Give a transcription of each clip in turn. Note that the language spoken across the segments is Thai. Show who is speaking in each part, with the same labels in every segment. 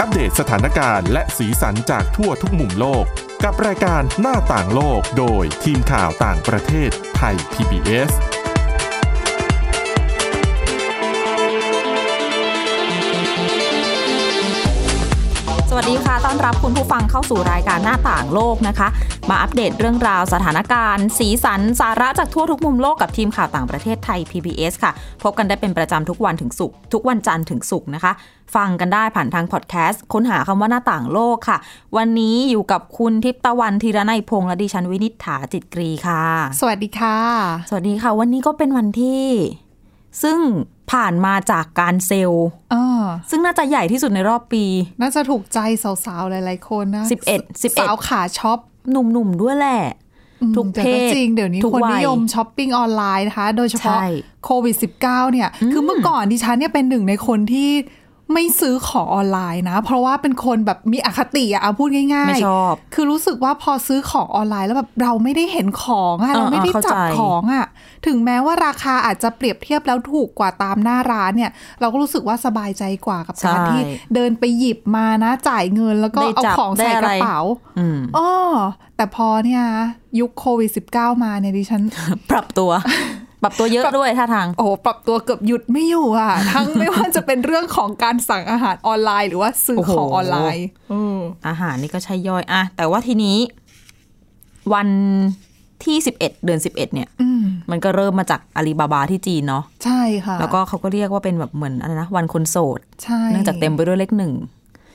Speaker 1: อัปเดตสถานการณ์และสีสันจากทั่วทุกมุมโลก กับรายการหน้าต่างโลกโดยทีมข่าวต่างประเทศไทย PBS
Speaker 2: สวัสดีค่ะ ต้อนรับคุณผู้ฟังเข้าสู่รายการหน้าต่างโลกนะคะ มาอัปเดตเรื่องราวสถานการณ์ สีสันสาระจากทั่วทุกมุมโลกกับทีมข่าวต่างประเทศไทย PBS ค่ะ พบกันได้เป็นประจำทุกวันถึงศุกร์ทุกวันจันทร์ถึงศุกร์นะคะ ฟังกันได้ผ่านทางพอดแคสต์ ค้นหาคำว่าหน้าต่างโลกค่ะ วันนี้อยู่กับคุณทิพย์ตะวันธีรนัยพงษ์และดิฉันวินิษฐาจิตกรีค่ะ
Speaker 3: สวัสดีค่ะ
Speaker 2: สวัสดีค่ะ วันนี้ก็เป็นวันที่ ซึ่งผ่านมาจากการเซลล์
Speaker 3: เออ
Speaker 2: ซึ่งน่าจะใหญ่ที่สุดในรอบปี
Speaker 3: น่าจะถูกใจสาวๆ หลายๆ คนนะ
Speaker 2: 11 11
Speaker 3: สาวขาช็อป
Speaker 2: หนุ่มๆด้วยแหละ
Speaker 3: อืม
Speaker 2: ทุก
Speaker 3: แต่
Speaker 2: เพศ
Speaker 3: จริง เดี๋ยวนี้
Speaker 2: ทุก
Speaker 3: คน
Speaker 2: วัย
Speaker 3: นิยมช้อปปิ้งออนไลน์นะคะ โดยเฉพาะ
Speaker 2: ใช่
Speaker 3: โควิด -19 เนี่ย คือเมื่อก่อนดิฉันเนี่ยเป็นหนึ่งในคนที่ไม่ซื้อของออนไลน์นะ เพราะว่าเป็นคนแบบมีอคติอะเอาพูดง่ายๆ
Speaker 2: ไม่ชอบ
Speaker 3: คือรู้สึกว่าพอซื้อของออนไลน์แล้วแบบเราไม่ได้เห็นของอะ
Speaker 2: เออ
Speaker 3: เราไม่ได้
Speaker 2: เออเข้า
Speaker 3: จับ
Speaker 2: ใจ
Speaker 3: ของอะถึงแม้ว่าราคาอาจจะเปรียบเทียบแล้วถูกกว่าตามหน้าร้านเนี่ย เราก็รู้สึกว่าสบายใจกว่ากับการ
Speaker 2: ใช่
Speaker 3: ที่เดินไปหยิบมานะจ่ายเงินแล้ว ก็
Speaker 2: ได้
Speaker 3: เอา
Speaker 2: จับ
Speaker 3: ของใส่
Speaker 2: ได้อะ
Speaker 3: ก
Speaker 2: ไร
Speaker 3: ระเป๋า
Speaker 2: อืม
Speaker 3: อ๋อแต่พอเนี่ยยุคโควิด -19 มาเนี่ยดิฉัน
Speaker 2: ปรับตัว ปรับตัวเยอะ
Speaker 3: ปรับ
Speaker 2: ด้วยท่าทาง
Speaker 3: โอ้โหปรับตัวเกือบหยุดไม่อยู่อ่ะ ทั้งไม่ว่าจะเป็นเรื่องของการสั่งอาหารออนไลน์ หรือว่าซื้อ
Speaker 2: โอ้โห
Speaker 3: ของออนไลน์อืม
Speaker 2: อาหารนี่ก็ใช่ย่อยอะแต่ว่าทีนี้ วันที่ 11 เดือน 11 เนี่ย
Speaker 3: อืม
Speaker 2: มันก็เริ่มมาจากอาลีบาบาที่จีนเนาะ
Speaker 3: ใช่ค่ะ
Speaker 2: แล้วก็เขาก็เรียกว่าเป็นแบบเหมือนอะไรนะวันคนโสด
Speaker 3: ใช่
Speaker 2: เนื่องจากเต็มไปด้วยเลขหนึ่ง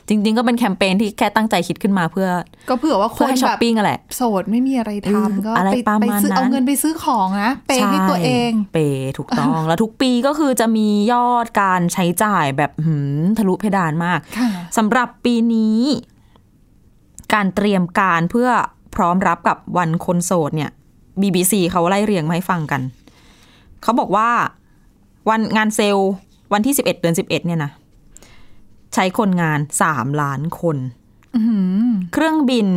Speaker 2: จริง ๆ ก็เป็นแคมเปญที่แค่ตั้งใจคิดขึ้นมาเพื่อ
Speaker 3: ก็เผื่อว่าค
Speaker 2: เพื่อน ให้ช้
Speaker 3: แบ
Speaker 2: อป
Speaker 3: บ
Speaker 2: ปิ้งอะแหละ
Speaker 3: โสดไม่มีอะไร
Speaker 2: อืม
Speaker 3: ทำก็
Speaker 2: อะไร
Speaker 3: ไป
Speaker 2: ประ
Speaker 3: ไป
Speaker 2: มาณ
Speaker 3: ซื้อเอา
Speaker 2: นั้น
Speaker 3: เงินไปซื้อของนะเปย์ให้ตัวเอง
Speaker 2: ใช่เปย์ถูกต้อง แล้วทุกปีก็คือจะมียอดการใช้จ่ายแบบหืมทะลุเพดานมาก
Speaker 3: ค่ะ
Speaker 2: สำหรับปีนี้ การเตรียมการเพื่อพร้อมรับกับวันคนโสดเนี่ย BBC เขาไล่เรียงมาให้ฟังกัน เขาบอกว่าวันงานเซลล์วันที่ 11 เดือน 11 เนี่ยนะ ใช้คนงาน 3 ล้านคน
Speaker 3: อื้อหือ
Speaker 2: เครื่องบิน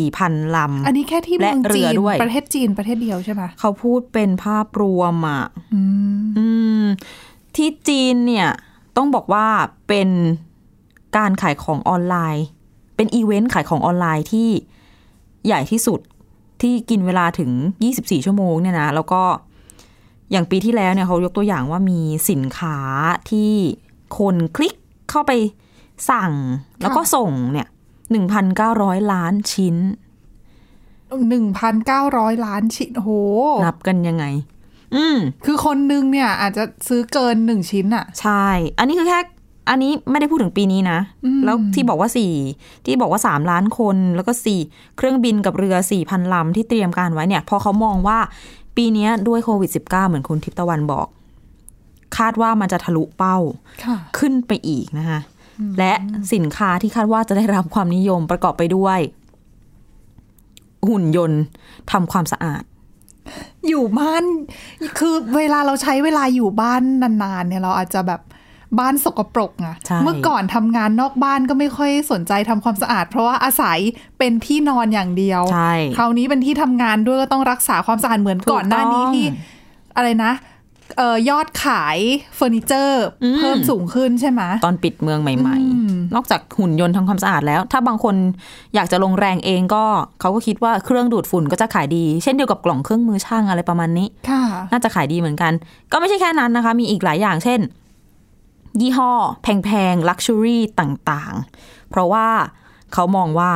Speaker 2: 4,000 ลำ
Speaker 3: อันนี้แค่ที่เมือง
Speaker 2: และเรื
Speaker 3: จี
Speaker 2: อนด้วย
Speaker 3: ประเทศจีนประเทศเดียวใช่ไหม
Speaker 2: เขาพูดเป็นภาพรวมอ่ะ
Speaker 3: อืม
Speaker 2: อืมที่จีนเนี่ยต้องบอกว่าเป็นการขายของออนไลน์ เป็นอีเวนต์ขายของออนไลน์ที่ใหญ่ที่สุดที่กินเวลาถึง 24 ชั่วโมงเนี่ยนะแล้วก็อย่างปีที่แล้วเนี่ยเขายกตัวอย่างว่ามีสินค้าที่คนคลิกเข้าไปสั่ง แล้วก็ส่งเนี่ย1,900 ล้านชิ้น
Speaker 3: หนึ่งพันเก้าร้อยล้านชิ้นโอ้โห
Speaker 2: นับกันยังไง อืม
Speaker 3: คือคนนึงเนี่ยอาจจะซื้อเกินหนึ่งชิ้นอะ
Speaker 2: ใช่ อันนี้คือแค่ อันนี้ไม่ได้พูดถึงปีนี้นะ
Speaker 3: อืม
Speaker 2: แล้วที่บอกว่าสี่ที่บอกว่าสามล้านคน แล้วก็สี่เครื่องบินกับเรือสี่พันลำที่เตรียมการไว้เนี่ย พอเขามองว่าปีเนี้ยด้วยโควิด -19 เหมือนคุณทิพย์ตะวันบอก คาดว่ามันจะทะลุเป้า
Speaker 3: ค่ะ
Speaker 2: ขึ้นไปอีกนะคะและสินค้าที่คาดว่าจะได้รับความนิยมประกอบไปด้วย หุ่นยนต์ทำความสะอาด
Speaker 3: อยู่บ้าน คือเวลาเราใช้เวลาอยู่บ้านนานๆเนี่ยเราอาจจะแบบบ้านสกปรกอะ
Speaker 2: ใช่
Speaker 3: เมื่อก่อนทำงานนอกบ้านก็ไม่ค่อยสนใจทำความสะอาด เพราะว่าอาศัยเป็นที่นอนอย่างเดียว
Speaker 2: ใช่
Speaker 3: คราวนี้เป็นที่ทำงานด้วยก็ต้องรักษาความสะอาดเหมือนก่อนหน้านี้ที่ อะไรนะเอ่อยอดขายเฟอร์นิเจอร์
Speaker 2: อืม
Speaker 3: เพิ่มสูงขึ้นใช่ไหม
Speaker 2: ตอนปิดเมืองใหม่
Speaker 3: อืม
Speaker 2: ๆ นอกจากหุ่นยนต์ทำความสะอาดแล้ว ถ้าบางคนอยากจะลงแรงเองก็เขาก็คิดว่าเครื่องดูดฝุ่นก็จะขายดี เช่นเดียวกับกล่องเครื่องมือช่างอะไรประมาณนี้
Speaker 3: ค่ะ
Speaker 2: น่าจะขายดีเหมือนกัน ก็ไม่ใช่แค่นั้นนะคะ มีอีกหลายอย่าง เช่น ยี่ห้อ แพงๆลักชัวรี่ต่างๆ เพราะว่าเขามองว่า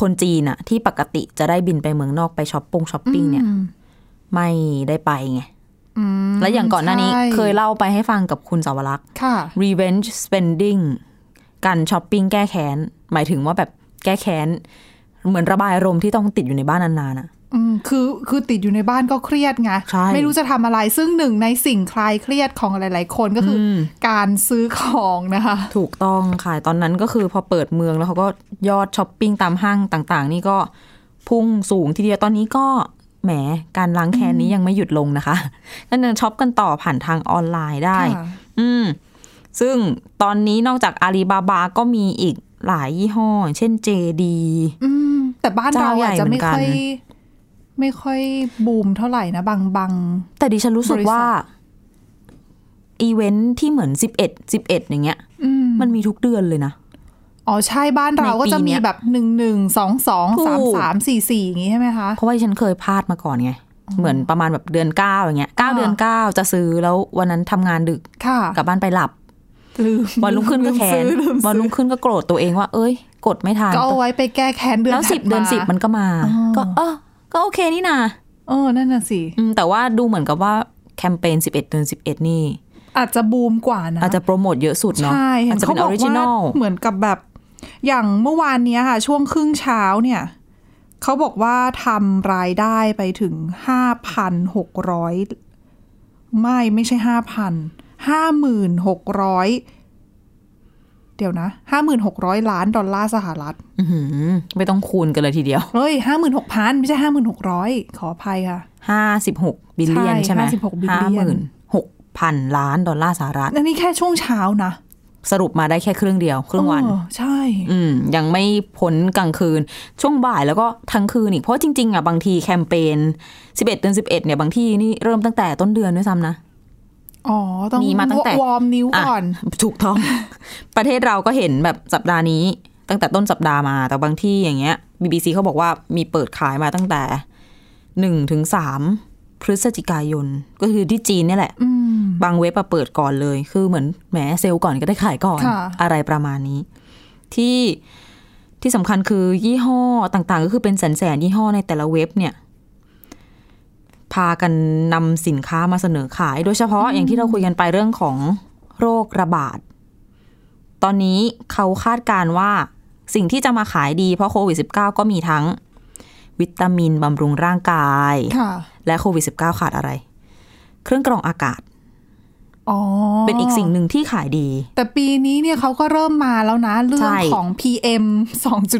Speaker 2: คนจีนอะที่ปกติจะได้บินไปเมืองนอกไปช้อปปงช้อปปิ้งเนี่ย ไม่ได้ไปไง
Speaker 3: อืม
Speaker 2: และอย่างก่อนหน้านี้
Speaker 3: ใช่
Speaker 2: เคยเล่าไปให้ฟังกับคุณสาวรักษณ์
Speaker 3: ค่ะ
Speaker 2: revenge spending การช้อปปิ้งแก้แค้น หมายถึงว่าแบบแก้แค้น เหมือนระบายอารมณ์ที่ต้องติดอยู่ในบ้านนานๆอะ
Speaker 3: อืมคือคือติดอยู่ในบ้านก็เครียดไง
Speaker 2: ใช่
Speaker 3: ไม่รู้จะทำอะไรซึ่งหนึ่งในสิ่งคลายเครียดของหลาย ๆ คนก็คืออ
Speaker 2: ม
Speaker 3: การซื้อของนะคะ
Speaker 2: ถูกต้องค่ะ ตอนนั้นก็คือพอเปิดเมืองแล้วเขาก็ยอดช้อปปิ้งตามห้างต่างๆ นี่ก็พุ่งสูงทีเดียวตอนนี้ก็แหมการล้างแค้นนี้ยังไม่หยุดลงนะคะก็ยังช้อปกันต่อผ่านทางออนไลน์ได้
Speaker 3: ค่ะ
Speaker 2: อืม ซึ่งตอนนี้นอกจากอาลีบาบาก็มีอีกหลายยี่ห้อ เช่น JD
Speaker 3: อืม แต่บ้านเรา
Speaker 2: เจ้าใหญ่
Speaker 3: อาจจะไม่
Speaker 2: เหมือนกัน
Speaker 3: ค่อย ไม่ค่อยบูมเท่าไหร่นะบางบาง
Speaker 2: แต่ดิฉันรู้สึก
Speaker 3: บริษัท
Speaker 2: ว่า อีเวนท์ที่เหมือน 11 11 อย่างเงี้ย
Speaker 3: อืม
Speaker 2: มันมีทุกเดือนเลยนะ
Speaker 3: อ๋อใช่บ้านเราก็จะ
Speaker 2: ในปีเนี้
Speaker 3: มี
Speaker 2: ย
Speaker 3: แบบหนึ่งหนึ่งสองสองสาม
Speaker 2: ถูก
Speaker 3: สามสี่สี่อย่างงี้ใช่ไหมคะ
Speaker 2: เพราะว่าดิฉันเคยพลาดมาก่อนไง เหมือนประมาณแบบเดือนเก้าอย่างเงี้ยเก้า
Speaker 3: อ่า
Speaker 2: เดือนเก้าจะซื้อแล้ววันนั้นทำงานดึก
Speaker 3: ค่ะ
Speaker 2: กลับบ้านไปหลับ
Speaker 3: ลืม
Speaker 2: วันรุ่งขึ้นก็แค้น
Speaker 3: ลืมซื้อลืม
Speaker 2: วันรุ่งขึ้นก็โกรธตัวเองว่า เอ้ย กดไม่ทัน
Speaker 3: ก็เอาไว้ไปแก้แค้นเดือน
Speaker 2: แล้วสิบเดือน
Speaker 3: ถั
Speaker 2: สิบ
Speaker 3: มา
Speaker 2: มันก็มา
Speaker 3: อ๋อ
Speaker 2: ก็เออก็โอเคนี่นา
Speaker 3: เออนั่นน่ะสิ
Speaker 2: อืมแต่ว่าดูเหมือนกับว่าแคมเปญ11 เดือน 11 นี่
Speaker 3: อาจจะบูมกว่านะ
Speaker 2: อาจจะโปรโมทเยอะสุดเนาะ
Speaker 3: ใช่เห็
Speaker 2: อาจ
Speaker 3: น
Speaker 2: จะ
Speaker 3: เขา
Speaker 2: เป็นอบ
Speaker 3: อ
Speaker 2: อก ริจิน
Speaker 3: ว่า
Speaker 2: อล
Speaker 3: เหมือนกับแบบ อย่างเมื่อวานเนี้ยค่ะ ช่วงครึ่งเช้าเนี่ย เขาบอกว่าทำรายได้ไปถึงห้าพันหกร้อยไม่ไม่ใช่ห้าพันห้าหมื่นหกร้อยเดี๋ยวนะห้าหมื่นหกร้อยล้านดอลลาร์สหรัฐ
Speaker 2: อื้อหือไม่ต้องคูณกันเลยทีเดียว
Speaker 3: เฮ้ยห้าหมื่นหกพันไม่ใช่ห้าหมื่นหกร้อยขออภัยค่ะ
Speaker 2: 56 บิลเลียนใช่ไหม
Speaker 3: 56 billion
Speaker 2: หมื่นหกพันล้านดอลลาร์สหรัฐ
Speaker 3: อันนี้แค่ช่วงเช้านะ
Speaker 2: สรุปมาได้แค่ครึ่งเดียว ครึ่งวัน
Speaker 3: เออใช่
Speaker 2: อืมยังไม่พ้นกลางคืน ช่วงบ่ายแล้วก็ทั้งคืนอีก เพราะจริงๆอ่ะบางทีแคมเปญ11 เดือน 11 เนี่ยบางที่นี่เริ่มตั้งแต่ต้นเดือนด้วยซ้ำนะ
Speaker 3: อ๋อ ต้อง
Speaker 2: มีมาตั้งแต่
Speaker 3: วอร์มนิ้ว
Speaker 2: อ่ะ
Speaker 3: ก่อน
Speaker 2: ถูกต้อง ประเทศเราก็เห็นแบบสัปดาห์นี้ ตั้งแต่ต้นสัปดาห์มา แต่บางที่อย่างเงี้ย BBC เขาบอกว่ามีเปิดขายมาตั้งแต่หนึ่งถึงสามพฤศจิกายน ก็คือที่จีนเนี่ยแหละ
Speaker 3: อืม
Speaker 2: บางเว็บอะเปิดก่อนเลย คือเหมือนแหมเซลล์ก่อนก็ได้ขายก่อน
Speaker 3: ค่ะ
Speaker 2: อะไรประมาณนี้ ที่ที่สำคัญคือยี่ห้อต่างๆ ก็คือเป็นแสนๆยี่ห้อในแต่ละเว็บเนี่ย พากันนำสินค้ามาเสนอขาย โดยเฉพาะอย่างที่เราคุยกันไปเรื่องของโรคระบาด ตอนนี้เขาคาดการณ์ว่าสิ่งที่จะมาขายดีเพราะโควิด -19 ก็มีทั้ง วิตามินบำรุงร่างกาย
Speaker 3: ค่ะ
Speaker 2: และโควิด -19 ขาดอะไร เครื่องกรองอากาศ
Speaker 3: อ๋อ
Speaker 2: เป็นอีกสิ่งหนึ่งที่ขายดี
Speaker 3: แต่ปีนี้เนี่ยเขาก็เริ่มมาแล้วนะ เรื่อ
Speaker 2: ใช่
Speaker 3: งของ PM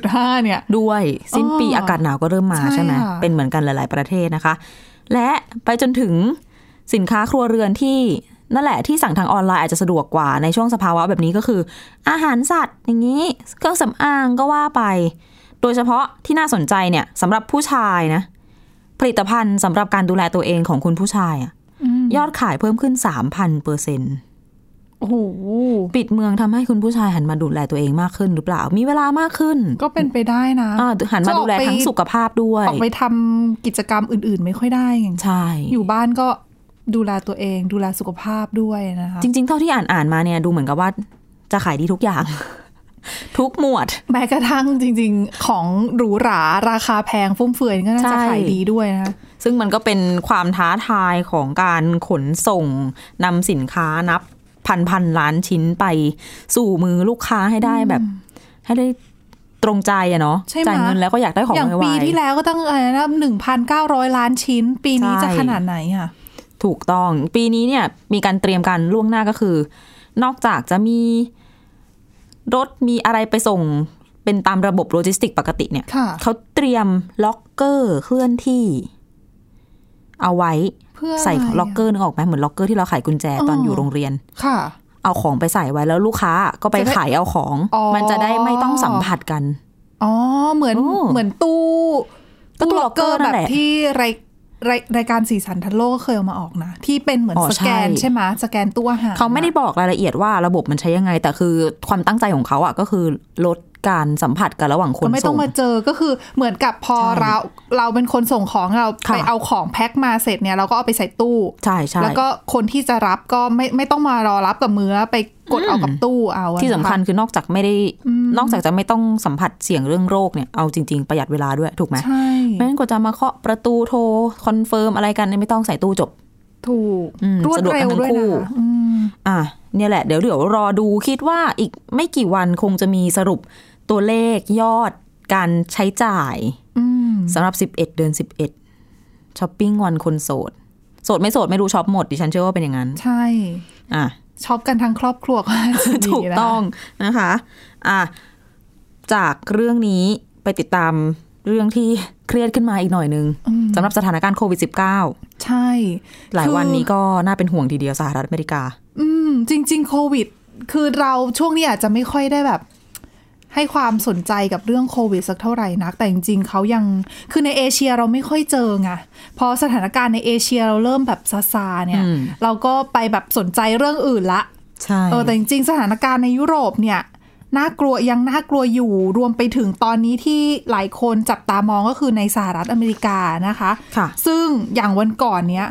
Speaker 3: 2.5 เนี่ย
Speaker 2: ด้วย สิ้นปี
Speaker 3: อ๋ออ
Speaker 2: อากาศหนาวก็เริ่มมา
Speaker 3: ใช่
Speaker 2: ใช่ไหม
Speaker 3: ค่ะ
Speaker 2: เป็นเหมือนกันหลาย ๆ ประเทศนะคะ และไปจนถึงสินค้าครัวเรือนที่นั่นแหละที่สั่งทางออนไลน์อาจจะสะดวกกว่าในช่วงสภาวะแบบนี้ก็คือ อาหารสัตว์อย่างนี้เครื่องสำอางก็ว่าไป โดยเฉพาะที่น่าสนใจเนี่ยสำหรับผู้ชายนะ ผลิตภัณฑ์สำหรับการดูแลตัวเองของคุณผู้ชายอะยอดขายเพิ่มขึ้น 3,000เปอร์เซ็นต์
Speaker 3: โอ้โห
Speaker 2: ปิดเมืองทำให้คุณผู้ชายหันมาดูแลตัวเองมากขึ้นหรือเปล่า มีเวลามากขึ้น
Speaker 3: ก็เป็นไปได้นะ
Speaker 2: อ่าหันมา
Speaker 3: จะออก
Speaker 2: ดูแลทั้ง
Speaker 3: ไป
Speaker 2: สุขภาพด้วย
Speaker 3: ออกไปทำกิจกรรมอื่นๆ ไม่ค่อยได้ไง
Speaker 2: ใช่
Speaker 3: อยู่บ้านก็ดูแลตัวเอง ดูแลสุขภาพด้วยนะคะ
Speaker 2: จริง ๆ เท่าที่อ่านอ่านๆมาเนี่ยดูเหมือนกับว่าจะขายดีทุกอย่าง ทุกหมวด
Speaker 3: แม้กระทั่งจริง ๆ ของหรูหราราคาแพงฟุ่มเฟือยก็น่า
Speaker 2: ใช่
Speaker 3: จะขายดีด้วยนะ
Speaker 2: ซึ่งมันก็เป็นความท้าทายของการขนส่งนำสินค้านับพันพันๆล้านชิ้นไปสู่มือลูกค้าให้ได้แบบ ให้ได้ตรงใจอะเนาะ
Speaker 3: ใช่ไหม
Speaker 2: จ่ายเงินแล้วก็อยากได้ของ
Speaker 3: อย่าง
Speaker 2: ไว
Speaker 3: ปี
Speaker 2: ๆ
Speaker 3: ที่แล้วก็ตั้งอะไรนะหนึ่งพันเก้าร้อยล้านชิ้น ปีนี้
Speaker 2: ใช่
Speaker 3: จะขนาดไหนอ่ะ
Speaker 2: ถูกต้องปีนี้เนี่ยมีการเตรียมการล่วงหน้าก็คือ นอกจากจะมีรถมีอะไรไปส่งเป็นตามระบบโลจิสติกปกติเนี่ย
Speaker 3: ค่ะ
Speaker 2: เขาเตรียมล็อกเกอร์เคลื่อนที่ เอาไว้
Speaker 3: เพื่อ
Speaker 2: ใส่
Speaker 3: ะไ
Speaker 2: ล็อกเกอร์นึกออกไหมเหมือนล็อกเกอร์ที่เราไขกุญแจตอนอยู่โรงเรียน
Speaker 3: ค่ะ
Speaker 2: เอาของไปใส่ไว้แล้วลูกค้าก็ไป
Speaker 3: จะได้
Speaker 2: ไขเอาของ
Speaker 3: อ๋อ
Speaker 2: มันจะได้ไม่ต้องสัมผัสกัน
Speaker 3: อ๋อ เหมือน
Speaker 2: โอ้
Speaker 3: เหมือนตู้
Speaker 2: ก็ตู้ล็อกเกอร์นั่น
Speaker 3: แบบ
Speaker 2: แหละ
Speaker 3: ที่รายรายรายการสีสันทันโลกก็เคยเอามาออกนะ ที่เป็นเหมือน
Speaker 2: อ๋อ
Speaker 3: สแกน
Speaker 2: ใช่
Speaker 3: ใช่ไหมสแกนตู้อาหาร
Speaker 2: เขาไม่ได้
Speaker 3: อะ
Speaker 2: บอกรายละเอียดว่าระบบมันใช้ยังไง แต่คือความตั้งใจของเขาอ่ะก็คือลดการสัมผัสกันระหว่างคน
Speaker 3: ก็ไม่ต้
Speaker 2: ส่
Speaker 3: อง งมาเจอก็คือเหมือนกับพอ
Speaker 2: ใช่
Speaker 3: เราเราเป็นคนส่งของเรา
Speaker 2: ค่ะ
Speaker 3: ไปเอาของแพ็คมาเสร็จเนี่ยเราก็เอาไปใส่ตู้
Speaker 2: ใช่ใช่
Speaker 3: แล้วก็คนที่จะรับก็ไม่ไม่ต้องมารอรับกับมือแล้วไปกดเอากับตู้เอาอะ
Speaker 2: ที่สำคัญ
Speaker 3: นะะ
Speaker 2: คือนอกจากไม่ได้นอกจากจะไม่ต้องสัมผัสเสี่ยงเรื่องโรคเนี่ยเอาจริง ๆ ประหยัดเวลาด้วยถูกไหม
Speaker 3: ใช่
Speaker 2: ไม่งั้นกว่าจะมาเคาะประตูโทรคอนเฟิร์มอะไรกันเนี่ยไม่ต้องใส่ตู้จบ
Speaker 3: ถูก
Speaker 2: อืม
Speaker 3: รวด
Speaker 2: สะดวก
Speaker 3: เร็ว
Speaker 2: กันทั้ง
Speaker 3: ด้วย
Speaker 2: คู่
Speaker 3: นะคะอืม
Speaker 2: อ่ะเนี่ยแหละเดี๋ยวเดี๋ยวรอดูคิดว่าอีกไม่กี่วันคงจะมีสรุปตัวเลขยอดการใช้จ่าย
Speaker 3: อืม
Speaker 2: สำหรับ 11 เดือน 11ช้อปปิ้งวันคนโสด โสดไม่โสดไม่รู้ช็อปหมดดิฉันเชื่อว่าเป็นอย่างนั้น
Speaker 3: ใช่
Speaker 2: อ่ะ
Speaker 3: ช็อปกันทั้งครอบครัวก็อาจจะ ดีนะ
Speaker 2: ถูกต้องนะคะอ่ะจากเรื่องนี้ไปติดตามเรื่องที่ เครียดขึ้นมาอีกหน่อยนึงสำหรับสถานการณ์โควิด -19
Speaker 3: ใช่
Speaker 2: หลายวันนี้
Speaker 3: คือ
Speaker 2: ก็น่าเป็นห่วงทีเดียวสหรัฐอเมริกา
Speaker 3: อืม จริง ๆ โควิด คือเราช่วงนี้อาจจะไม่ค่อยได้แบบ ให้ความสนใจกับเรื่องโควิดสักเท่าไหร่นัก แต่จริง ๆเขายัง คือในเอเชียเราไม่ค่อยเจอไง พอสถานการณ์ในเอเชียเราเริ่มแบบซาซาๆเนี่ย
Speaker 2: อืม
Speaker 3: เราก็ไปแบบสนใจเรื่องอื่นละ
Speaker 2: ใช่
Speaker 3: เออแต่จริง ๆ สถานการณ์ในยุโรปเนี่ย น่ากลัวยังน่ากลัวอยู่รวมไปถึงตอนนี้ที่หลายคนจับตามองก็คือในสหรัฐอเมริกานะคะ
Speaker 2: ค่ะ
Speaker 3: ซึ่งอย่างวันก่อนเนี้ย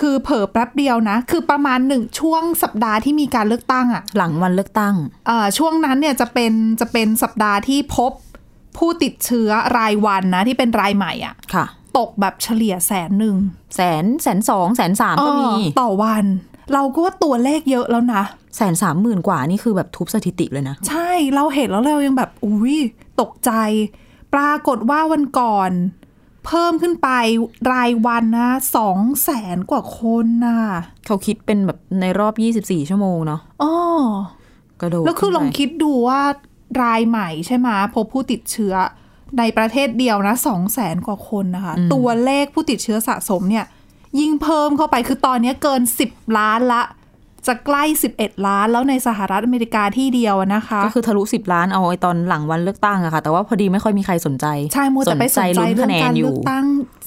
Speaker 3: คือเผลอแป๊บเดียวนะ คือประมาณหนึ่งช่วงสัปดาห์ที่มีการเลือกตั้งอะ
Speaker 2: หลังวันเลือกตั้ง
Speaker 3: เอ่อช่วงนั้นเนี่ยจะเป็นจะเป็นสัปดาห์ที่พบผู้ติดเชื้อรายวันนะที่เป็นรายใหม่อะ
Speaker 2: ค่ะ
Speaker 3: ตกแบบเฉลี่ยแสนหนึ่ง
Speaker 2: แสนแสนสองแสนสามก็มี
Speaker 3: เออต่อวัน เราก็ว่าตัวเลขเยอะแล้วนะ
Speaker 2: แสนสามหมื่นกว่านี่คือแบบทุบสถิติเลยนะ
Speaker 3: ใช่เราเห็นแล้วเรายังแบบอุ้ยตกใจ ปรากฏว่าวันก่อน เพิ่มขึ้นไปรายวันนะสองแสนกว่าคนน่ะ
Speaker 2: เขาคิดเป็นแบบในรอบ 24 ชั่วโมงเนาะ
Speaker 3: อ้อ
Speaker 2: กระโดด
Speaker 3: แล้วคือลอง
Speaker 2: ขึ้นไป
Speaker 3: คิดดูว่ารายใหม่ใช่ไหมยพบผู้ติดเชื้อในประเทศเดียวนะสองแสนกว่าคนนะคะ ตัวเลขผู้ติดเชื้อสะสมเนี่ย ยิ่งเพิ่มเข้าไปคือตอนนี้เกิน 10 ล้านละ จะใกล้ 11 ล้านแล้วในสหรัฐอเมริกาที่เดียวอะนะคะ
Speaker 2: ก็คือทะลุ 10 ล้านเอาไอ้ตอนหลังวันเลือกตั้งอะค่ะ แต่ว่าพอดีไม่ค่อยมีใครสนใจ
Speaker 3: ใช่มัวแต่ไปสนใจ
Speaker 2: ลุ้น
Speaker 3: เรื่อ
Speaker 2: คะ
Speaker 3: ง
Speaker 2: แน
Speaker 3: กาน ร
Speaker 2: อ
Speaker 3: เลื
Speaker 2: ยู่
Speaker 3: อกตั้ง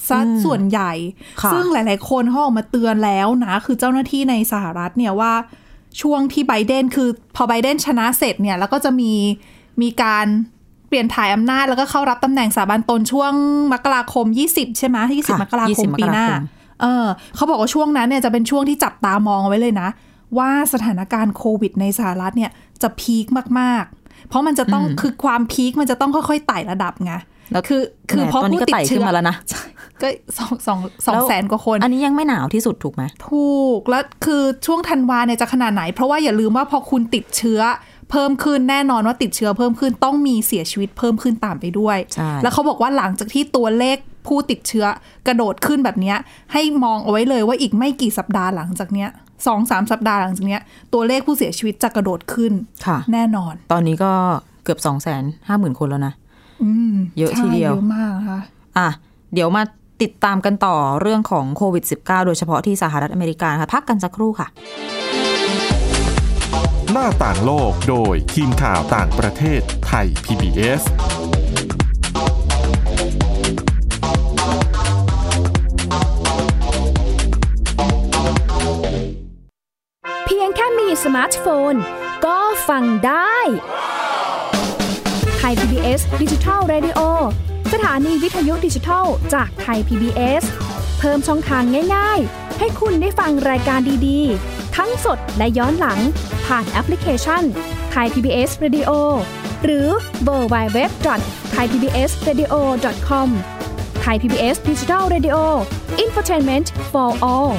Speaker 3: ซะส่วนใหญ่
Speaker 2: ค่ะ
Speaker 3: ซึ่งหลาย ๆ คนเขาออกมาเตือนแล้วนะ คือเจ้าหน้าที่ในสหรัฐเนี่ยว่าช่วงที่ไบเดนคือพอไบเดนชนะเสร็จเนี่ย แล้วก็จะมีมีการเปลี่ยนถ่ายอำนาจแล้วก็เข้ารับตำแหน่งสาบันตนช่วงมกราคม 20 ใช่ไหมที่
Speaker 2: ค่ะ
Speaker 3: 20 มกราคม
Speaker 2: 20
Speaker 3: ปีหน้า
Speaker 2: มกราคม
Speaker 3: เออเขาบอกว่าช่วงนั้นเนี่ยจะเป็นช่วงที่จับตามองเอาไว้เลยนะ ว่าสถานการณ์โควิดในสหรัฐเนี่ยจะพีคมากๆ เพราะมันจะต้องคือความพีคมันจะต้องค่อยๆไต่ระดับไง
Speaker 2: แล้ว
Speaker 3: คือคือ
Speaker 2: แหม
Speaker 3: พอ
Speaker 2: ตอนนี้
Speaker 3: ผู้
Speaker 2: ก็
Speaker 3: ติด
Speaker 2: ไต่
Speaker 3: เชื้
Speaker 2: ขึ้
Speaker 3: อ
Speaker 2: นมาแล้วนะ
Speaker 3: ก็สองสองสอง
Speaker 2: แล้ว
Speaker 3: แสนกว่าคน
Speaker 2: อันนี้ยังไม่หนาวที่สุดถูกไหม
Speaker 3: ถูก แล้วคือช่วงธันวาเนี่ยจะขนาดไหน เพราะว่าอย่าลืมว่าพอคุณติดเชื้อ เพิ่มขึ้นแน่นอนว่าติดเชื้อเพิ่มขึ้นต้องมีเสียชีวิตเพิ่มขึ้นตามไปด้วย
Speaker 2: ใช่
Speaker 3: แล้วเขาบอกว่าหลังจากที่ตัวเลขผู้ติดเชื้อกระโดดขึ้นแบบเนี้ยให้มองเอาไว้เลยว่าอีกไม่กี่สัปดาห์หลังจากเนี้ยสองสามสัปดาห์หลังจากเนี้ยตัวเลขผู้เสียชีวิตจะกระโดดขึ้น
Speaker 2: ค่ะ
Speaker 3: แน่นอน
Speaker 2: ตอนนี้ก็เกือบ 2 5 0 0 0 0 คนแล้วนะ
Speaker 3: อืม
Speaker 2: เยอะ
Speaker 3: ใช่
Speaker 2: ทีเดียว
Speaker 3: เยอะมากนะคะ
Speaker 2: อ่ะ เดี๋ยวมาติดตามกันต่อเรื่องของโควิด -19 โดยเฉพาะที่สหรัฐอเมริกาค่ะ พักกันสักครู่ค่ะ
Speaker 1: หน้าต่างโลกโดยทีมข่าวต่างประเทศไทย PBS
Speaker 4: เพียงแค่มีสมาร์ทโฟน ก็ฟังได้ไทย PBS ดิจิทัล Radio สถานีวิทยุดิจิทัลจากไทย PBS เพิ่มช่องทางง่ายๆ ให้คุณได้ฟังรายการดีๆ ทั้งสดและย้อนหลัง ผ่านแอปพลิเคชันไทย PBS Radio หรือเวอร์ไบเว็บจอดไทยพีบีเอสเรดิโอคอมไทยพีบีเอสดิจิทัลเรดิโออินฟอร์ทนเมนต์ for all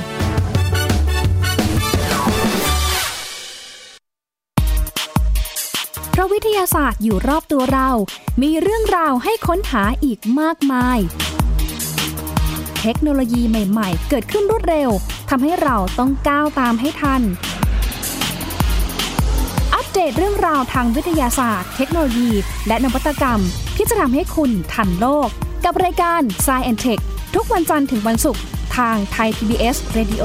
Speaker 4: เพราะวิทยาศาสตร์อยู่รอบตัวเรา มีเรื่องราวให้ค้นหาอีกมากมาย เทคโนโลยีใหม่ๆ เกิดขึ้นรวดเร็ว ทำให้เราต้องก้าวตามให้ทัน อัปเดตเรื่องราวทางวิทยาศาสตร์ เทคโนโลยี และนวัตกรรม ที่จะทำให้คุณทันโลก กับรายการ s c i e n t e c h ทุกวันจันทร์ถึงวันศุกร์ทางไทย PBS Radio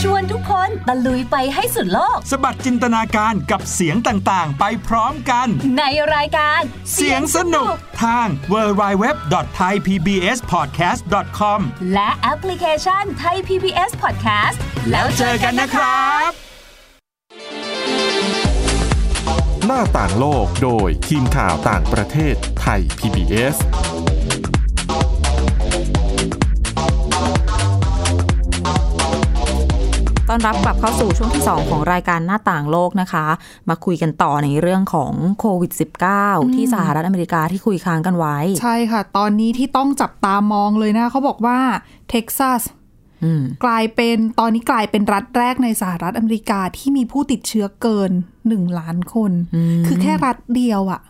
Speaker 5: ชวนทุกคนตะลุยไปให้สุดโลก
Speaker 6: สะบัดจินตนาการกับเสียงต่าง ๆ ไปพร้อมกัน
Speaker 5: ในรายการ
Speaker 6: เสียงสนุกทาง www.thaipbspodcast.com
Speaker 5: และแอปพลิเคชันไทย PBS Podcast
Speaker 6: แล้วเจอกันนะครับ
Speaker 1: หน้าต่างโลกโดยทีมข่าวต่างประเทศไทย PBS
Speaker 2: ต้อนรับกลับเข้าสู่ช่วงที่ 2 ของรายการหน้าต่างโลกนะคะ มาคุยกันต่อในเรื่องของโควิด -19 ที่สหรัฐอเมริกาที่คุยค้างกันไว้
Speaker 3: ใช่ค่ะ ตอนนี้ที่ต้องจับตามองเลยนะเขาบอกว่าเท็กซัส
Speaker 2: อืม
Speaker 3: กลายเป็นตอนนี้กลายเป็นรัฐแรกในสหรัฐอเมริกาที่มีผู้ติดเชื้อเกินหนึ่งล้านคน
Speaker 2: อืม
Speaker 3: คือแค่รัฐเดียวอะ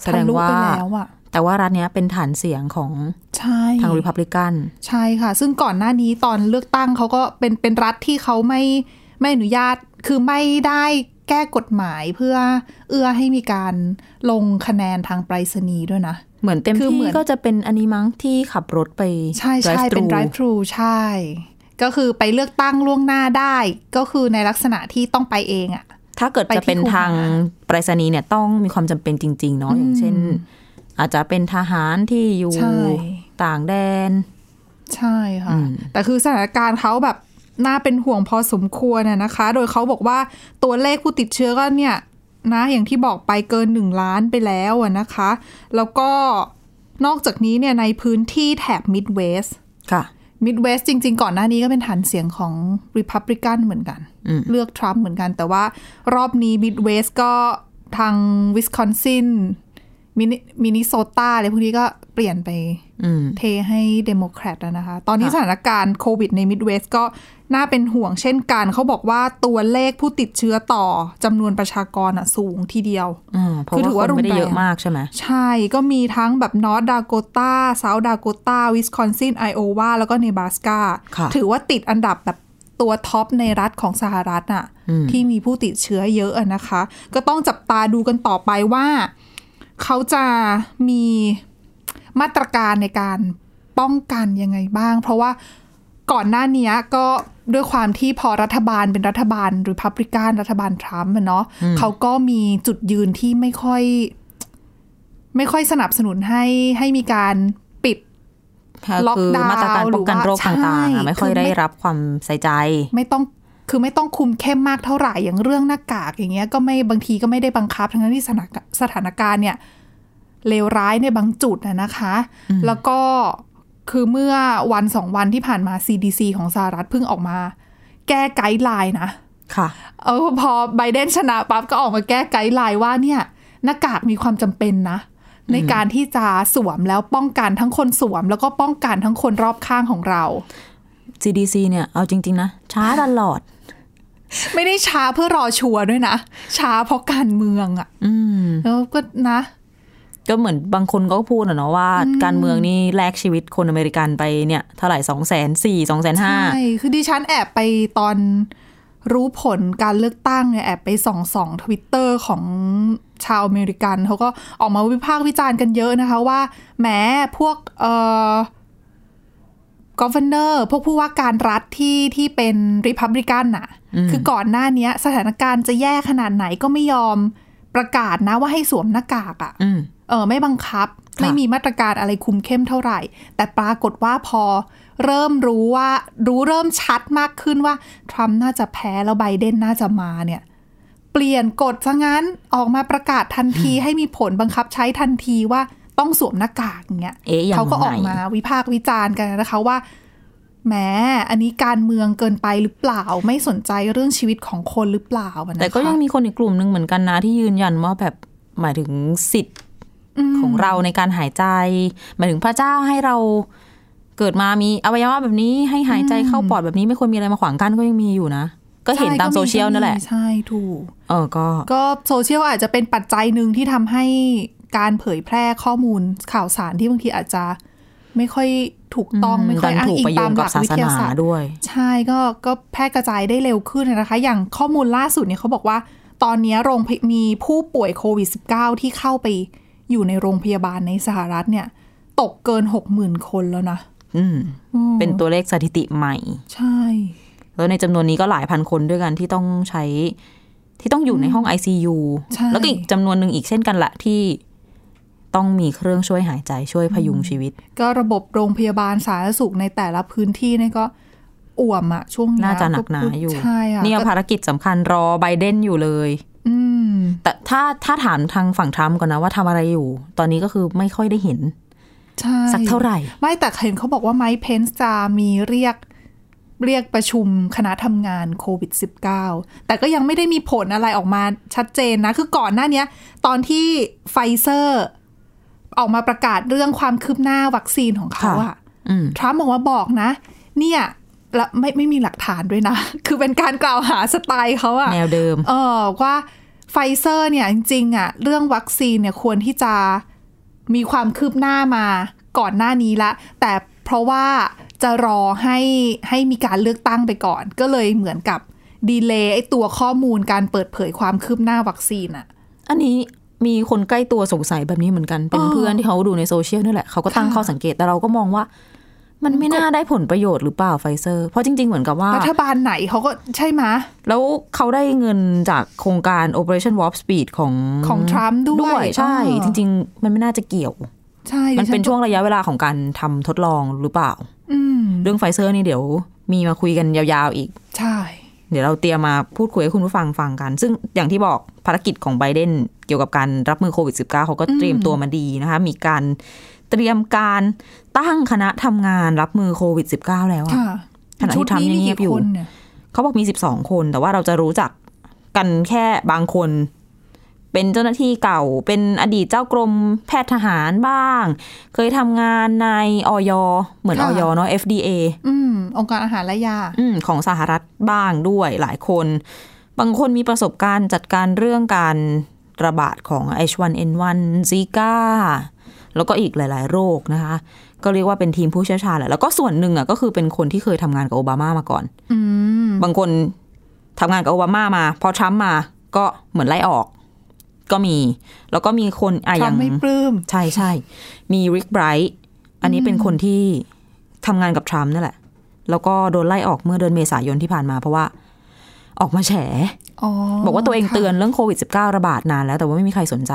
Speaker 2: แสดงว่า
Speaker 3: ทะลุไปแล้วอะ
Speaker 2: แต่ว่ารัฐเนี้ยเป็นฐานเสียงของ
Speaker 3: ใช่
Speaker 2: ทางริพับลิกัน
Speaker 3: ใช่ค่ะ ซึ่งก่อนหน้านี้ตอนเลือกตั้งเขาก็เป็นเป็นรัฐที่เขาไม่ไม่อนุญาตคือไม่ได้แก้กฎหมายเพื่อเอื้อให้มีการลงคะแนนทางไปรษณีย์ด้วยนะ
Speaker 2: เหมือนเต็ม
Speaker 3: คือ
Speaker 2: ที่
Speaker 3: เหมือน
Speaker 2: ก็จะเป็นอันนี้มั้งที่ขับรถไป
Speaker 3: ใช่ใช่เป็น
Speaker 2: ไร
Speaker 3: drive thru ใช่ ก็คือไปเลือกตั้งล่วงหน้าได้ ก็คือในลักษณะที่ต้องไปเองอะ
Speaker 2: ถ้าเกิดจะเป็นทางไปรษณีย์เนี่ยต้องมีความจำเป็นจริง ๆ เนาะอย่างเช่น อาจจะเป็นทหารที่อยู่
Speaker 3: ใช่
Speaker 2: ต่างแดน
Speaker 3: ใช่
Speaker 2: อื
Speaker 3: ค่ะ
Speaker 2: ม
Speaker 3: แต่คือสถานการณ์เขาแบบน่าเป็นห่วงพอสมควรน่ะนะคะ โดยเขาบอกว่าตัวเลขผู้ติดเชื้อก็เนี่ยนะ อย่างที่บอกไปเกิน 1 ล้านไปแล้วอะนะคะ แล้วก็นอกจากนี้เนี่ยในพื้นที่แถบมิดเวสต์
Speaker 2: ค่ะ
Speaker 3: มิดเวสต์จริง ๆ ก่อนหน้านี้ก็เป็นฐานเสียงของริพับลิกันเหมือนกัน
Speaker 2: อืม
Speaker 3: เลือกทรัมป์เหมือนกัน แต่ว่ารอบนี้มิดเวสต์ก็ทางวิสคอนซินมินนิโซตาอะไรพวกนี้ก็เปลี่ยนไป
Speaker 2: อืม
Speaker 3: เทให้เดโมแครตแล้วนะคะ ตอนนี้
Speaker 2: ค่ะ
Speaker 3: สถานการณ์โควิดในมิดเวสก็น่าเป็นห่วงเช่นกัน เขาบอกว่าตัวเลขผู้ติดเชื้อต่อจำนวนประชากรอะสูงทีเดียว
Speaker 2: อ่าเพราะ
Speaker 3: คือ
Speaker 2: ว่า
Speaker 3: ถือ
Speaker 2: คน
Speaker 3: ว่า
Speaker 2: ไม่ได้
Speaker 3: รุนแรง
Speaker 2: เยอะมากใช่ไหม
Speaker 3: ใช่ก็มีทั้งแบบนอร์ดดาโกตาเซาท์ดาโกตาวิสคอนซินไอโอวาแล้วก็เนบาสกา
Speaker 2: ค่ะ
Speaker 3: ถือว่าติดอันดับแบบตัวท็อปในรัฐของสหรัฐน่ะ
Speaker 2: อืม
Speaker 3: ที่มีผู้ติดเชื้อเยอะอะนะคะ ก็ต้องจับตาดูกันต่อไปว่า เขาจะมีมาตรการในการป้องกันยังไงบ้าง เพราะว่าก่อนหน้านี้ก็ด้วยความที่พอรัฐบาลเป็นรัฐบาลริพับลิกันรัฐบาลทรัมป์อะเนาะเขาก็มีจุดยืนที่ไม่ค่อย ไม่ค่อยสนับสนุนให้ให้มีการปิด
Speaker 2: ค่ะ
Speaker 3: ล็อก
Speaker 2: คือ
Speaker 3: ดาวน์
Speaker 2: มาตรการป้องกันโรคต่างๆ
Speaker 3: หรือว่าใช่
Speaker 2: อะไม่ค่อย
Speaker 3: คือไม่
Speaker 2: ได้รับความใส่ใจ
Speaker 3: ไม่ต้องคือไม่ต้องคุมเข้มมากเท่าไหร่อย่างเรื่องหน้ากากอย่างเงี้ยก็ไม่บางทีก็ไม่ได้บังคับ ทั้งที่สถานสถานการณ์เนี่ยเลวร้ายในบางจุดนะนะคะ แล้วก็คือเมื่อวันสองวันที่ผ่านมา CDC ของสหรัฐเพิ่งออกมา แก้ไกด์ไลน์นะ
Speaker 2: ค่ะ
Speaker 3: เออพอไบเดนชนะปั๊บก็ออกมาแก้ไกด์ไลน์ว่าเนี่ยหน้ากากมีความจำเป็นนะ ในการที่จะสวมแล้วป้องกันทั้งคนสวม แล้วก็ป้องกันทั้งคนรอบข้างของเรา
Speaker 2: CDC เนี่ยเอาจริง ๆ นะ ช้าตลอด
Speaker 3: ไม่ได้ช้าเพื่อรอชัวร์ด้วยนะ ช้าเพราะการเมืองอะ่ะ
Speaker 2: อืม
Speaker 3: แล้วก็นะ
Speaker 2: ก็เหมือนบางคนก็พูดอะเนาะว่า การเมืองนี่แลกชีวิตคนอเมริกันไปเนี่ยเท่าไหร่สองแสนสี่สองแสนห้า
Speaker 3: ใช่ คือดิฉันแอบไปตอนรู้ผลการเลือกตั้งเนี่ยแอบไปส่องส่องทวิตเตอร์ของชาวอเมริกันเขาก็ออกมาวิพากษ์วิจารณ์กันเยอะนะคะว่าแหมพวกเอ่อ governor พวกผู้ว่าการรัฐที่ที่เป็นริพับลิกันน่ะ คือก่อนหน้าเนี้ยสถานการณ์จะแย่ขนาดไหนก็ไม่ยอมประกาศนะว่าให้สวมหน้ากากอ่ะ
Speaker 2: อืม
Speaker 3: เออไม่บังคับ
Speaker 2: ค่ะ
Speaker 3: ไม่มีมาตรการอะไรคุมเข้มเท่าไหร่ แต่ปรากฏว่าพอเริ่มรู้ว่ารู้เริ่มชัดมากขึ้นว่า ทรัมป์น่าจะแพ้แล้วไบเดนน่าจะมาเนี่ย เปลี่ยนกฎซะงั้นออกมาประกาศทันที ให้มีผลบังคับใช้ทันทีว่าต้องสวมหน้ากากอย่างเงี้ย
Speaker 2: เอ๊ะยังไง
Speaker 3: เขาก็ออกมาวิพากษ์วิจารณ์กันนะคะว่าแหมอันนี้การเมืองเกินไปหรือเปล่า ไม่สนใจเรื่องชีวิตของคนหรือเปล่าอะนะคะ
Speaker 2: แต่ก็ยังมีคนอีกกลุ่มหนึ่งเหมือนกันนะ ที่ยืนยันว่าแบบหมายถึงสิทธิ์ของเราในการหายใจ หมายถึงพระเจ้าให้เราเกิดมามีอวัยวะแบบนี้ให้หายใจเข้าปอดแบบนี้ไม่ควรมีอะไรมาขวางกั้นก็ยังมีอยู่นะ ก็เห็นตามโซเชียลนั่นแหละ
Speaker 3: ใช่ถูก
Speaker 2: เออก็
Speaker 3: ก็โซเชียลอาจจะเป็นปัจจัยหนึ่งที่ทำให้การเผยแพร่ข้อมูลข่าวสารที่บางทีอาจจะไม่ค่อยถูกต้อง
Speaker 2: อืม
Speaker 3: ไม่ค่อยอ้างอิ
Speaker 2: ดันถู
Speaker 3: ง
Speaker 2: กประโย
Speaker 3: ตาง ม
Speaker 2: กั
Speaker 3: ห
Speaker 2: บ
Speaker 3: ลักวิทยาศา
Speaker 2: ศา
Speaker 3: สต
Speaker 2: ส
Speaker 3: ร์
Speaker 2: นาด้วย
Speaker 3: ใช่ก็ก็แพร่กระจายได้เร็วขึ้นนะคะ อย่างข้อมูลล่าสุดเนี่ยเขาบอกว่า ตอนนี้โรงพยมีผู้ป่วยโควิด -19 ที่เข้าไปอยู่ในโรงพยาบาลในสหรัฐเนี่ย ตกเกิน 60,000 คนแล้วนะ
Speaker 2: อืม
Speaker 3: อืม
Speaker 2: เป็นตัวเลขสถิติใหม่
Speaker 3: ใช่
Speaker 2: แล้วในจำนวนนี้ก็หลายพันคนด้วยกันที่ต้องใช้ ที่ต้องอยู่ในห้อง ICU
Speaker 3: ใช่
Speaker 2: แล้วก็อีกจำนวนหนึ่งอีกเช่นกันละที่ต้องมีเครื่องช่วยหายใจช่วยพยุงชีวิต
Speaker 3: ก็ระบบโรงพยาบาลสาธารณสุขในแต่ละพื้นที่เนี่ยก็อ่วมอะช่วงเย
Speaker 2: น่าจะหนักหนาอยู่
Speaker 3: ใช่อะ
Speaker 2: เนี่ย
Speaker 3: ก็
Speaker 2: ภารกิจสำคัญรอไบเดนอยู่เลย
Speaker 3: อืม
Speaker 2: แต่ถ้าถ้าถามทางฝั่งทรัมป์ก่อนนะว่าทำอะไรอยู่ ตอนนี้ก็คือไม่ค่อยได้เห็น
Speaker 3: ใช่
Speaker 2: สักเท่าไหร่
Speaker 3: ไม่แต่เห็นเขาบอกว่าไมค์เพนซ์จะมีเรียกเรียกประชุมคณะทำงานโควิด -19 แต่ก็ยังไม่ได้มีผลอะไรออกมาชัดเจนนะ คือก่อนหน้าเนี้ย ตอนที่ไฟเซอร์ออกมาประกาศเรื่องความคืบหน้าวัคซีนของเขาอะ
Speaker 2: อืม
Speaker 3: ทรัมป์บอกว่าบอกนะ เนี่ย และไม่ไม่มีหลักฐานด้วยนะ คือเป็นการกล่าวหาสไตล์เขาอะ
Speaker 2: แนวเดิม
Speaker 3: เออว่าไฟเซอร์เนี่ยจริงๆอะเรื่องวัคซีนเนี่ยควรที่จะมีความคืบหน้ามาก่อนหน้านี้ละ แต่เพราะว่าจะรอให้ให้มีการเลือกตั้งไปก่อน ก็เลยเหมือนกับดีเลย์ไอตัวข้อมูลการเปิดเผยความคืบหน้าวัคซีนอะ
Speaker 2: อันนี้มีคนใกล้ตัวสงสัยแบบนี้เหมือนกัน เป็น
Speaker 3: อ๋อ
Speaker 2: เพื่อนที่เขาดูในโซเชียลนี่แหละ เขาก็ตั้ง
Speaker 3: ค่ะ
Speaker 2: ข้อสังเกตแต่เราก็มองว่า มันไม่น่าได้ผลประโยชน์หรือเปล่าไฟเซอร์เพราะจริง ๆ เหมือนกับว่า
Speaker 3: รัฐบาลไหนเขาก็ใช่ไหมะ
Speaker 2: แล้วเขาได้เงินจากโครงการ Operation Warp Speed ของ
Speaker 3: ของ Trump ด้วย
Speaker 2: ใช่
Speaker 3: อ่า
Speaker 2: จริง ๆ มันไม่น่าจะเกี่ยว
Speaker 3: ใช่ดิ
Speaker 2: มัน
Speaker 3: ฉั
Speaker 2: เป็นช่วงระยะเวลาของการทำทดลองหรือเปล่า
Speaker 3: อืม
Speaker 2: เรื่องไฟเซอร์นี่เดี๋ยวมีมาคุยกันยาวๆอีก
Speaker 3: ใช่
Speaker 2: เดี๋ยวเราเตรียมมาพูดคุยให้คุณผู้ฟังฟังกัน ซึ่งอย่างที่บอกภารกิจของไบเดนเกี่ยวกับการรับมือโควิด -19 เขาก็เตรียมตัวมาดีนะคะ มีการเตรียมการตั้งคณะทำงานรับมือโควิด -19 แล้วอะ
Speaker 3: ค่ะ
Speaker 2: ขณะที่
Speaker 3: ชุด
Speaker 2: ทำ
Speaker 3: นี้มี
Speaker 2: เงียบๆอยู่
Speaker 3: กี่คนเนี่ย
Speaker 2: เขาบอกมี 12 คน แต่ว่าเราจะรู้จักกันแค่บางคน เป็นเจ้าหน้าที่เก่า เป็นอดีตเจ้ากรมแพทย์ทหารบ้าง เคยทำงานในออยเหมือนออยเนาะ FDA
Speaker 3: อืม องค์การอาหารและยา
Speaker 2: อืมของสหรัฐบ้างด้วยหลายคน บางคนมีประสบการณ์จัดการเรื่องการระบาดของ H1N1 ซิก้าแล้วก็อีกหลาย ๆ โรคนะคะ ก็เรียกว่าเป็นทีมผู้เชี่ยวชาญแหละแล้วก็ส่วนหนึ่งอ่ะก็คือเป็นคนที่เคยทำงานกับโอบามามาก่อน
Speaker 3: อืม
Speaker 2: บางคนทำงานกับโอบามามา พอทรัมป์มาก็เหมือนไล่ออก ก็มี แล้วก็มีคนอ่ะอย่าง
Speaker 3: ทำไม่ปลื้ม
Speaker 2: ใช่ใช่ มีริกไบรท์ อันนี้เป็นคนที่ทำงานกับทรัมป์นั่นแหละ แล้วก็โดนไล่ออกเมื่อเดือนเมษายนที่ผ่านมาเพราะว่า ออกมาแฉ
Speaker 3: อ๋อ
Speaker 2: บอกว่าตัวเอง
Speaker 3: ค่ะ
Speaker 2: เตือนเรื่องโควิด -19 ระบาดนานแล้วแต่ว่าไม่มีใครสนใจ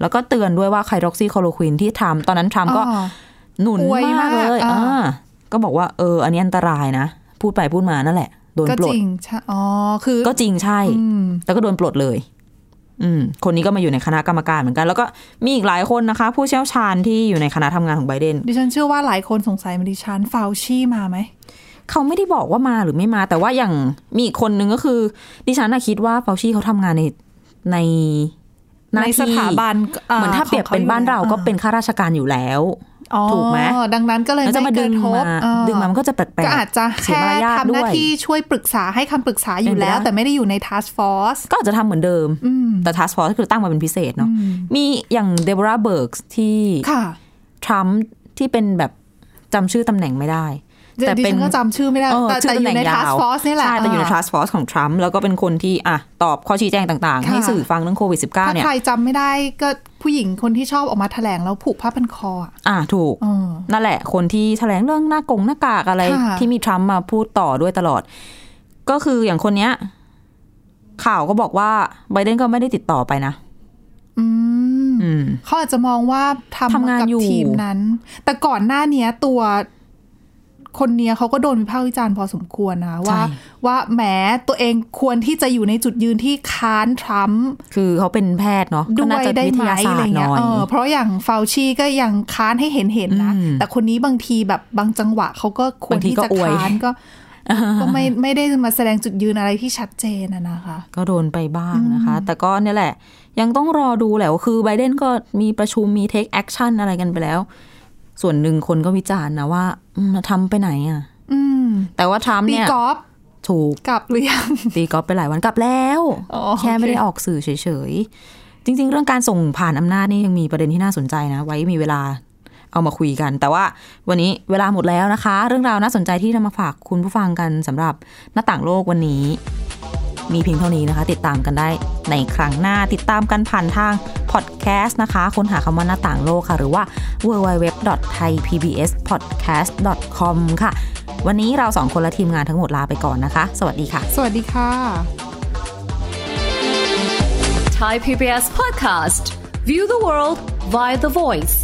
Speaker 2: แล้วก็เตือนด้วยว่าไคโรซีโคโลควินที่ทำตอนนั้นทรัมป์ก็
Speaker 3: อ๋อ
Speaker 2: หนุน
Speaker 3: อวย
Speaker 2: มาม
Speaker 3: าก ก
Speaker 2: เลย
Speaker 3: อ่า
Speaker 2: อ่าก็บอกว่าเออ อันนี้อันตรายนะ พูดไปพูดมานั่นแหละ โดน
Speaker 3: ก็
Speaker 2: ปล
Speaker 3: จ
Speaker 2: ด
Speaker 3: ริงใช่อ๋อ คือ
Speaker 2: ก็จริงใช่
Speaker 3: อืม
Speaker 2: แล้วก็โดนปลดเลย อืม คนนี้ก็มาอยู่ในคณะกรรมการเหมือนกัน แล้วก็มีอีกหลายคนนะคะ ผู้เชี่ยวชาญที่อยู่ในคณะทำงานของไบเดน
Speaker 3: ดิฉันเชื่อว่าหลายคนสงสัยเหมาดิฉันฟาวชี่มาไหม
Speaker 2: เขาไม่ได้บอกว่ามาหรือไม่มา แต่ว่าอย่างมีอีกคนนึงก็คือ ดิฉันน่ะคิดว่าเฟลชี่เขาทำงานในในหน้
Speaker 3: ในส
Speaker 2: ที่
Speaker 3: ถาบันอ่
Speaker 2: เหมือนถ้าเปรียบเป็นบ้านเราก็เป็นข้าราชการอยู่แล้ว
Speaker 3: อ๋อ
Speaker 2: ถูกไหม
Speaker 3: ดังนั้นก็เลย
Speaker 2: แล้วจะมา
Speaker 3: ไม่ก
Speaker 2: ดึ
Speaker 3: ระ
Speaker 2: ง
Speaker 3: ทบ
Speaker 2: มา
Speaker 3: เออ
Speaker 2: ดึงมามันก็จะแปลกๆ
Speaker 3: ก็อาจจะ
Speaker 2: เสีย
Speaker 3: แค่
Speaker 2: มารยาท
Speaker 3: ทำห
Speaker 2: ด้
Speaker 3: น้า
Speaker 2: วย
Speaker 3: ที่ช่วยปรึกษาให้คำปรึกษาอยู่แล้ว
Speaker 2: เป็นไปได้
Speaker 3: แต่ไม่ได้อยู่ใน task force
Speaker 2: ก็อาจจะทำเหมือนเดิม
Speaker 3: อืม
Speaker 2: แต่ทัสฟอร์สคือตั้งมาเป็นพิเศษเนาะ
Speaker 3: อืม
Speaker 2: มีอย่างเดบราเบิร์กที่
Speaker 3: ค่ะ
Speaker 2: ทรัมป์ที่เป็นแบบจำชื่อตำแหน่งไม่ได้ แต่
Speaker 3: แต่
Speaker 2: เป็
Speaker 3: เป็น นก็จำชื่อไม่ได้
Speaker 2: เออ
Speaker 3: แต่
Speaker 2: ชื่
Speaker 3: แต่อยู่ใน
Speaker 2: ตำแหง
Speaker 3: task
Speaker 2: ยาว
Speaker 3: force นี่แหละ
Speaker 2: ใช่แต่อยู่ใน task force ของทรัมป์แล้วก็เป็นคนที่อ่ะตอบข้อชี้แจงต่างๆ
Speaker 3: ค่ะ
Speaker 2: ให้สื่อฟังเรื่องโควิด -19
Speaker 3: ถ้า
Speaker 2: เนี่ย
Speaker 3: ใครจำไม่ได้ก็ผู้หญิงคนที่ชอบออกมาแถลงแล้วผูกผ้าพันคออ่ะ
Speaker 2: อ่ะถูก
Speaker 3: เออ
Speaker 2: นั่นแหละ คนที่แถลงเรื่องหน้ากงหน้ากากอะไร
Speaker 3: ค่ะ
Speaker 2: ที่มีทรัมป์มาพูดต่อด้วยตลอด ก็คืออย่างคนเนี้ย ข่าวก็บอกว่าไบเดนก็ไม่ได้ติดต่อไปนะ
Speaker 3: อืม
Speaker 2: อืม
Speaker 3: เขาอาจจะมองว่าทำ
Speaker 2: ทำงาน
Speaker 3: กับ
Speaker 2: อยู่
Speaker 3: ทีมนั้น แต่ก่อนหน้าเนี้ยตัวคนเนี้ยเขาก็โดนวิพากษ์วิจารณ์พอสมควรนะว่า ว่าแหมตัวเองควรที่จะอยู่ในจุดยืนที่ค้านทรัมป์
Speaker 2: คือเขาเป็นแพทย์เนาะ
Speaker 3: ด้
Speaker 2: ก็
Speaker 3: ว
Speaker 2: น่ายจะ
Speaker 3: ได้
Speaker 2: วิท
Speaker 3: ไหม
Speaker 2: ยาศา
Speaker 3: อะ
Speaker 2: ส
Speaker 3: ไร
Speaker 2: ตร์ห
Speaker 3: เงี้
Speaker 2: น่
Speaker 3: ย
Speaker 2: อย
Speaker 3: เออเพราะอย่างเฟลชีก็ยังค้านให้เห็นเห็นๆนะ
Speaker 2: อืม
Speaker 3: แต่คนนี้บางทีแบบบางจังหวะเขาก็ควรที่
Speaker 2: บา
Speaker 3: จะ
Speaker 2: งทีก็อวย
Speaker 3: ค้านก็ ก็ไม่ไม่ได้มาแสดงจุดยืนอะไรที่ชัดเจนอะนะคะ
Speaker 2: ก็โดนไปบ้างนะคะ แต่ก็เนี่ยแหละ ยังต้องรอดูแหละว่าคือไบเดนก็มีประชุมมีเทคแอคชั่นอะไรกันไปแล้ว ส่วนหนึ่งคนก็วิจารณ์นะว่าอืมทำไปไหนอะ
Speaker 3: อืม
Speaker 2: แต่ว่าทรัมป์
Speaker 3: ตี
Speaker 2: เนี่ย
Speaker 3: กอล์ฟ
Speaker 2: ถูก
Speaker 3: กลับหรือยัง
Speaker 2: ตีกอล์ฟไปหลายวันกลับแล้ว
Speaker 3: อ๋อ
Speaker 2: แค่ไม่ได้
Speaker 3: โอเค
Speaker 2: ออกสื่อเฉยๆ จริง ๆ เรื่องการส่งผ่านอำนาจนี่ยังมีประเด็นที่น่าสนใจนะ ไว้มีเวลาเอามาคุยกัน แต่ว่าวันนี้เวลาหมดแล้วนะคะ เรื่องราวน่าสนใจที่นำมาฝากคุณผู้ฟังกันสำหรับหน้าต่างโลกวันนี้ มีเพียงเท่านี้นะคะ ติดตามกันได้ในครั้งหน้าติดตามกันผ่านทางพอดแคสต์นะคะค้นหาคำว่าหน้าต่างโลกค่ะ หรือว่า www.thaipbspodcast.com ค่ะ วันนี้เราสองคนและทีมงานทั้งหมดลาไปก่อนนะคะ สวัสดีค่ะ
Speaker 3: สวัสดีค่ะ
Speaker 5: Thai PBS podcast View the world via the voice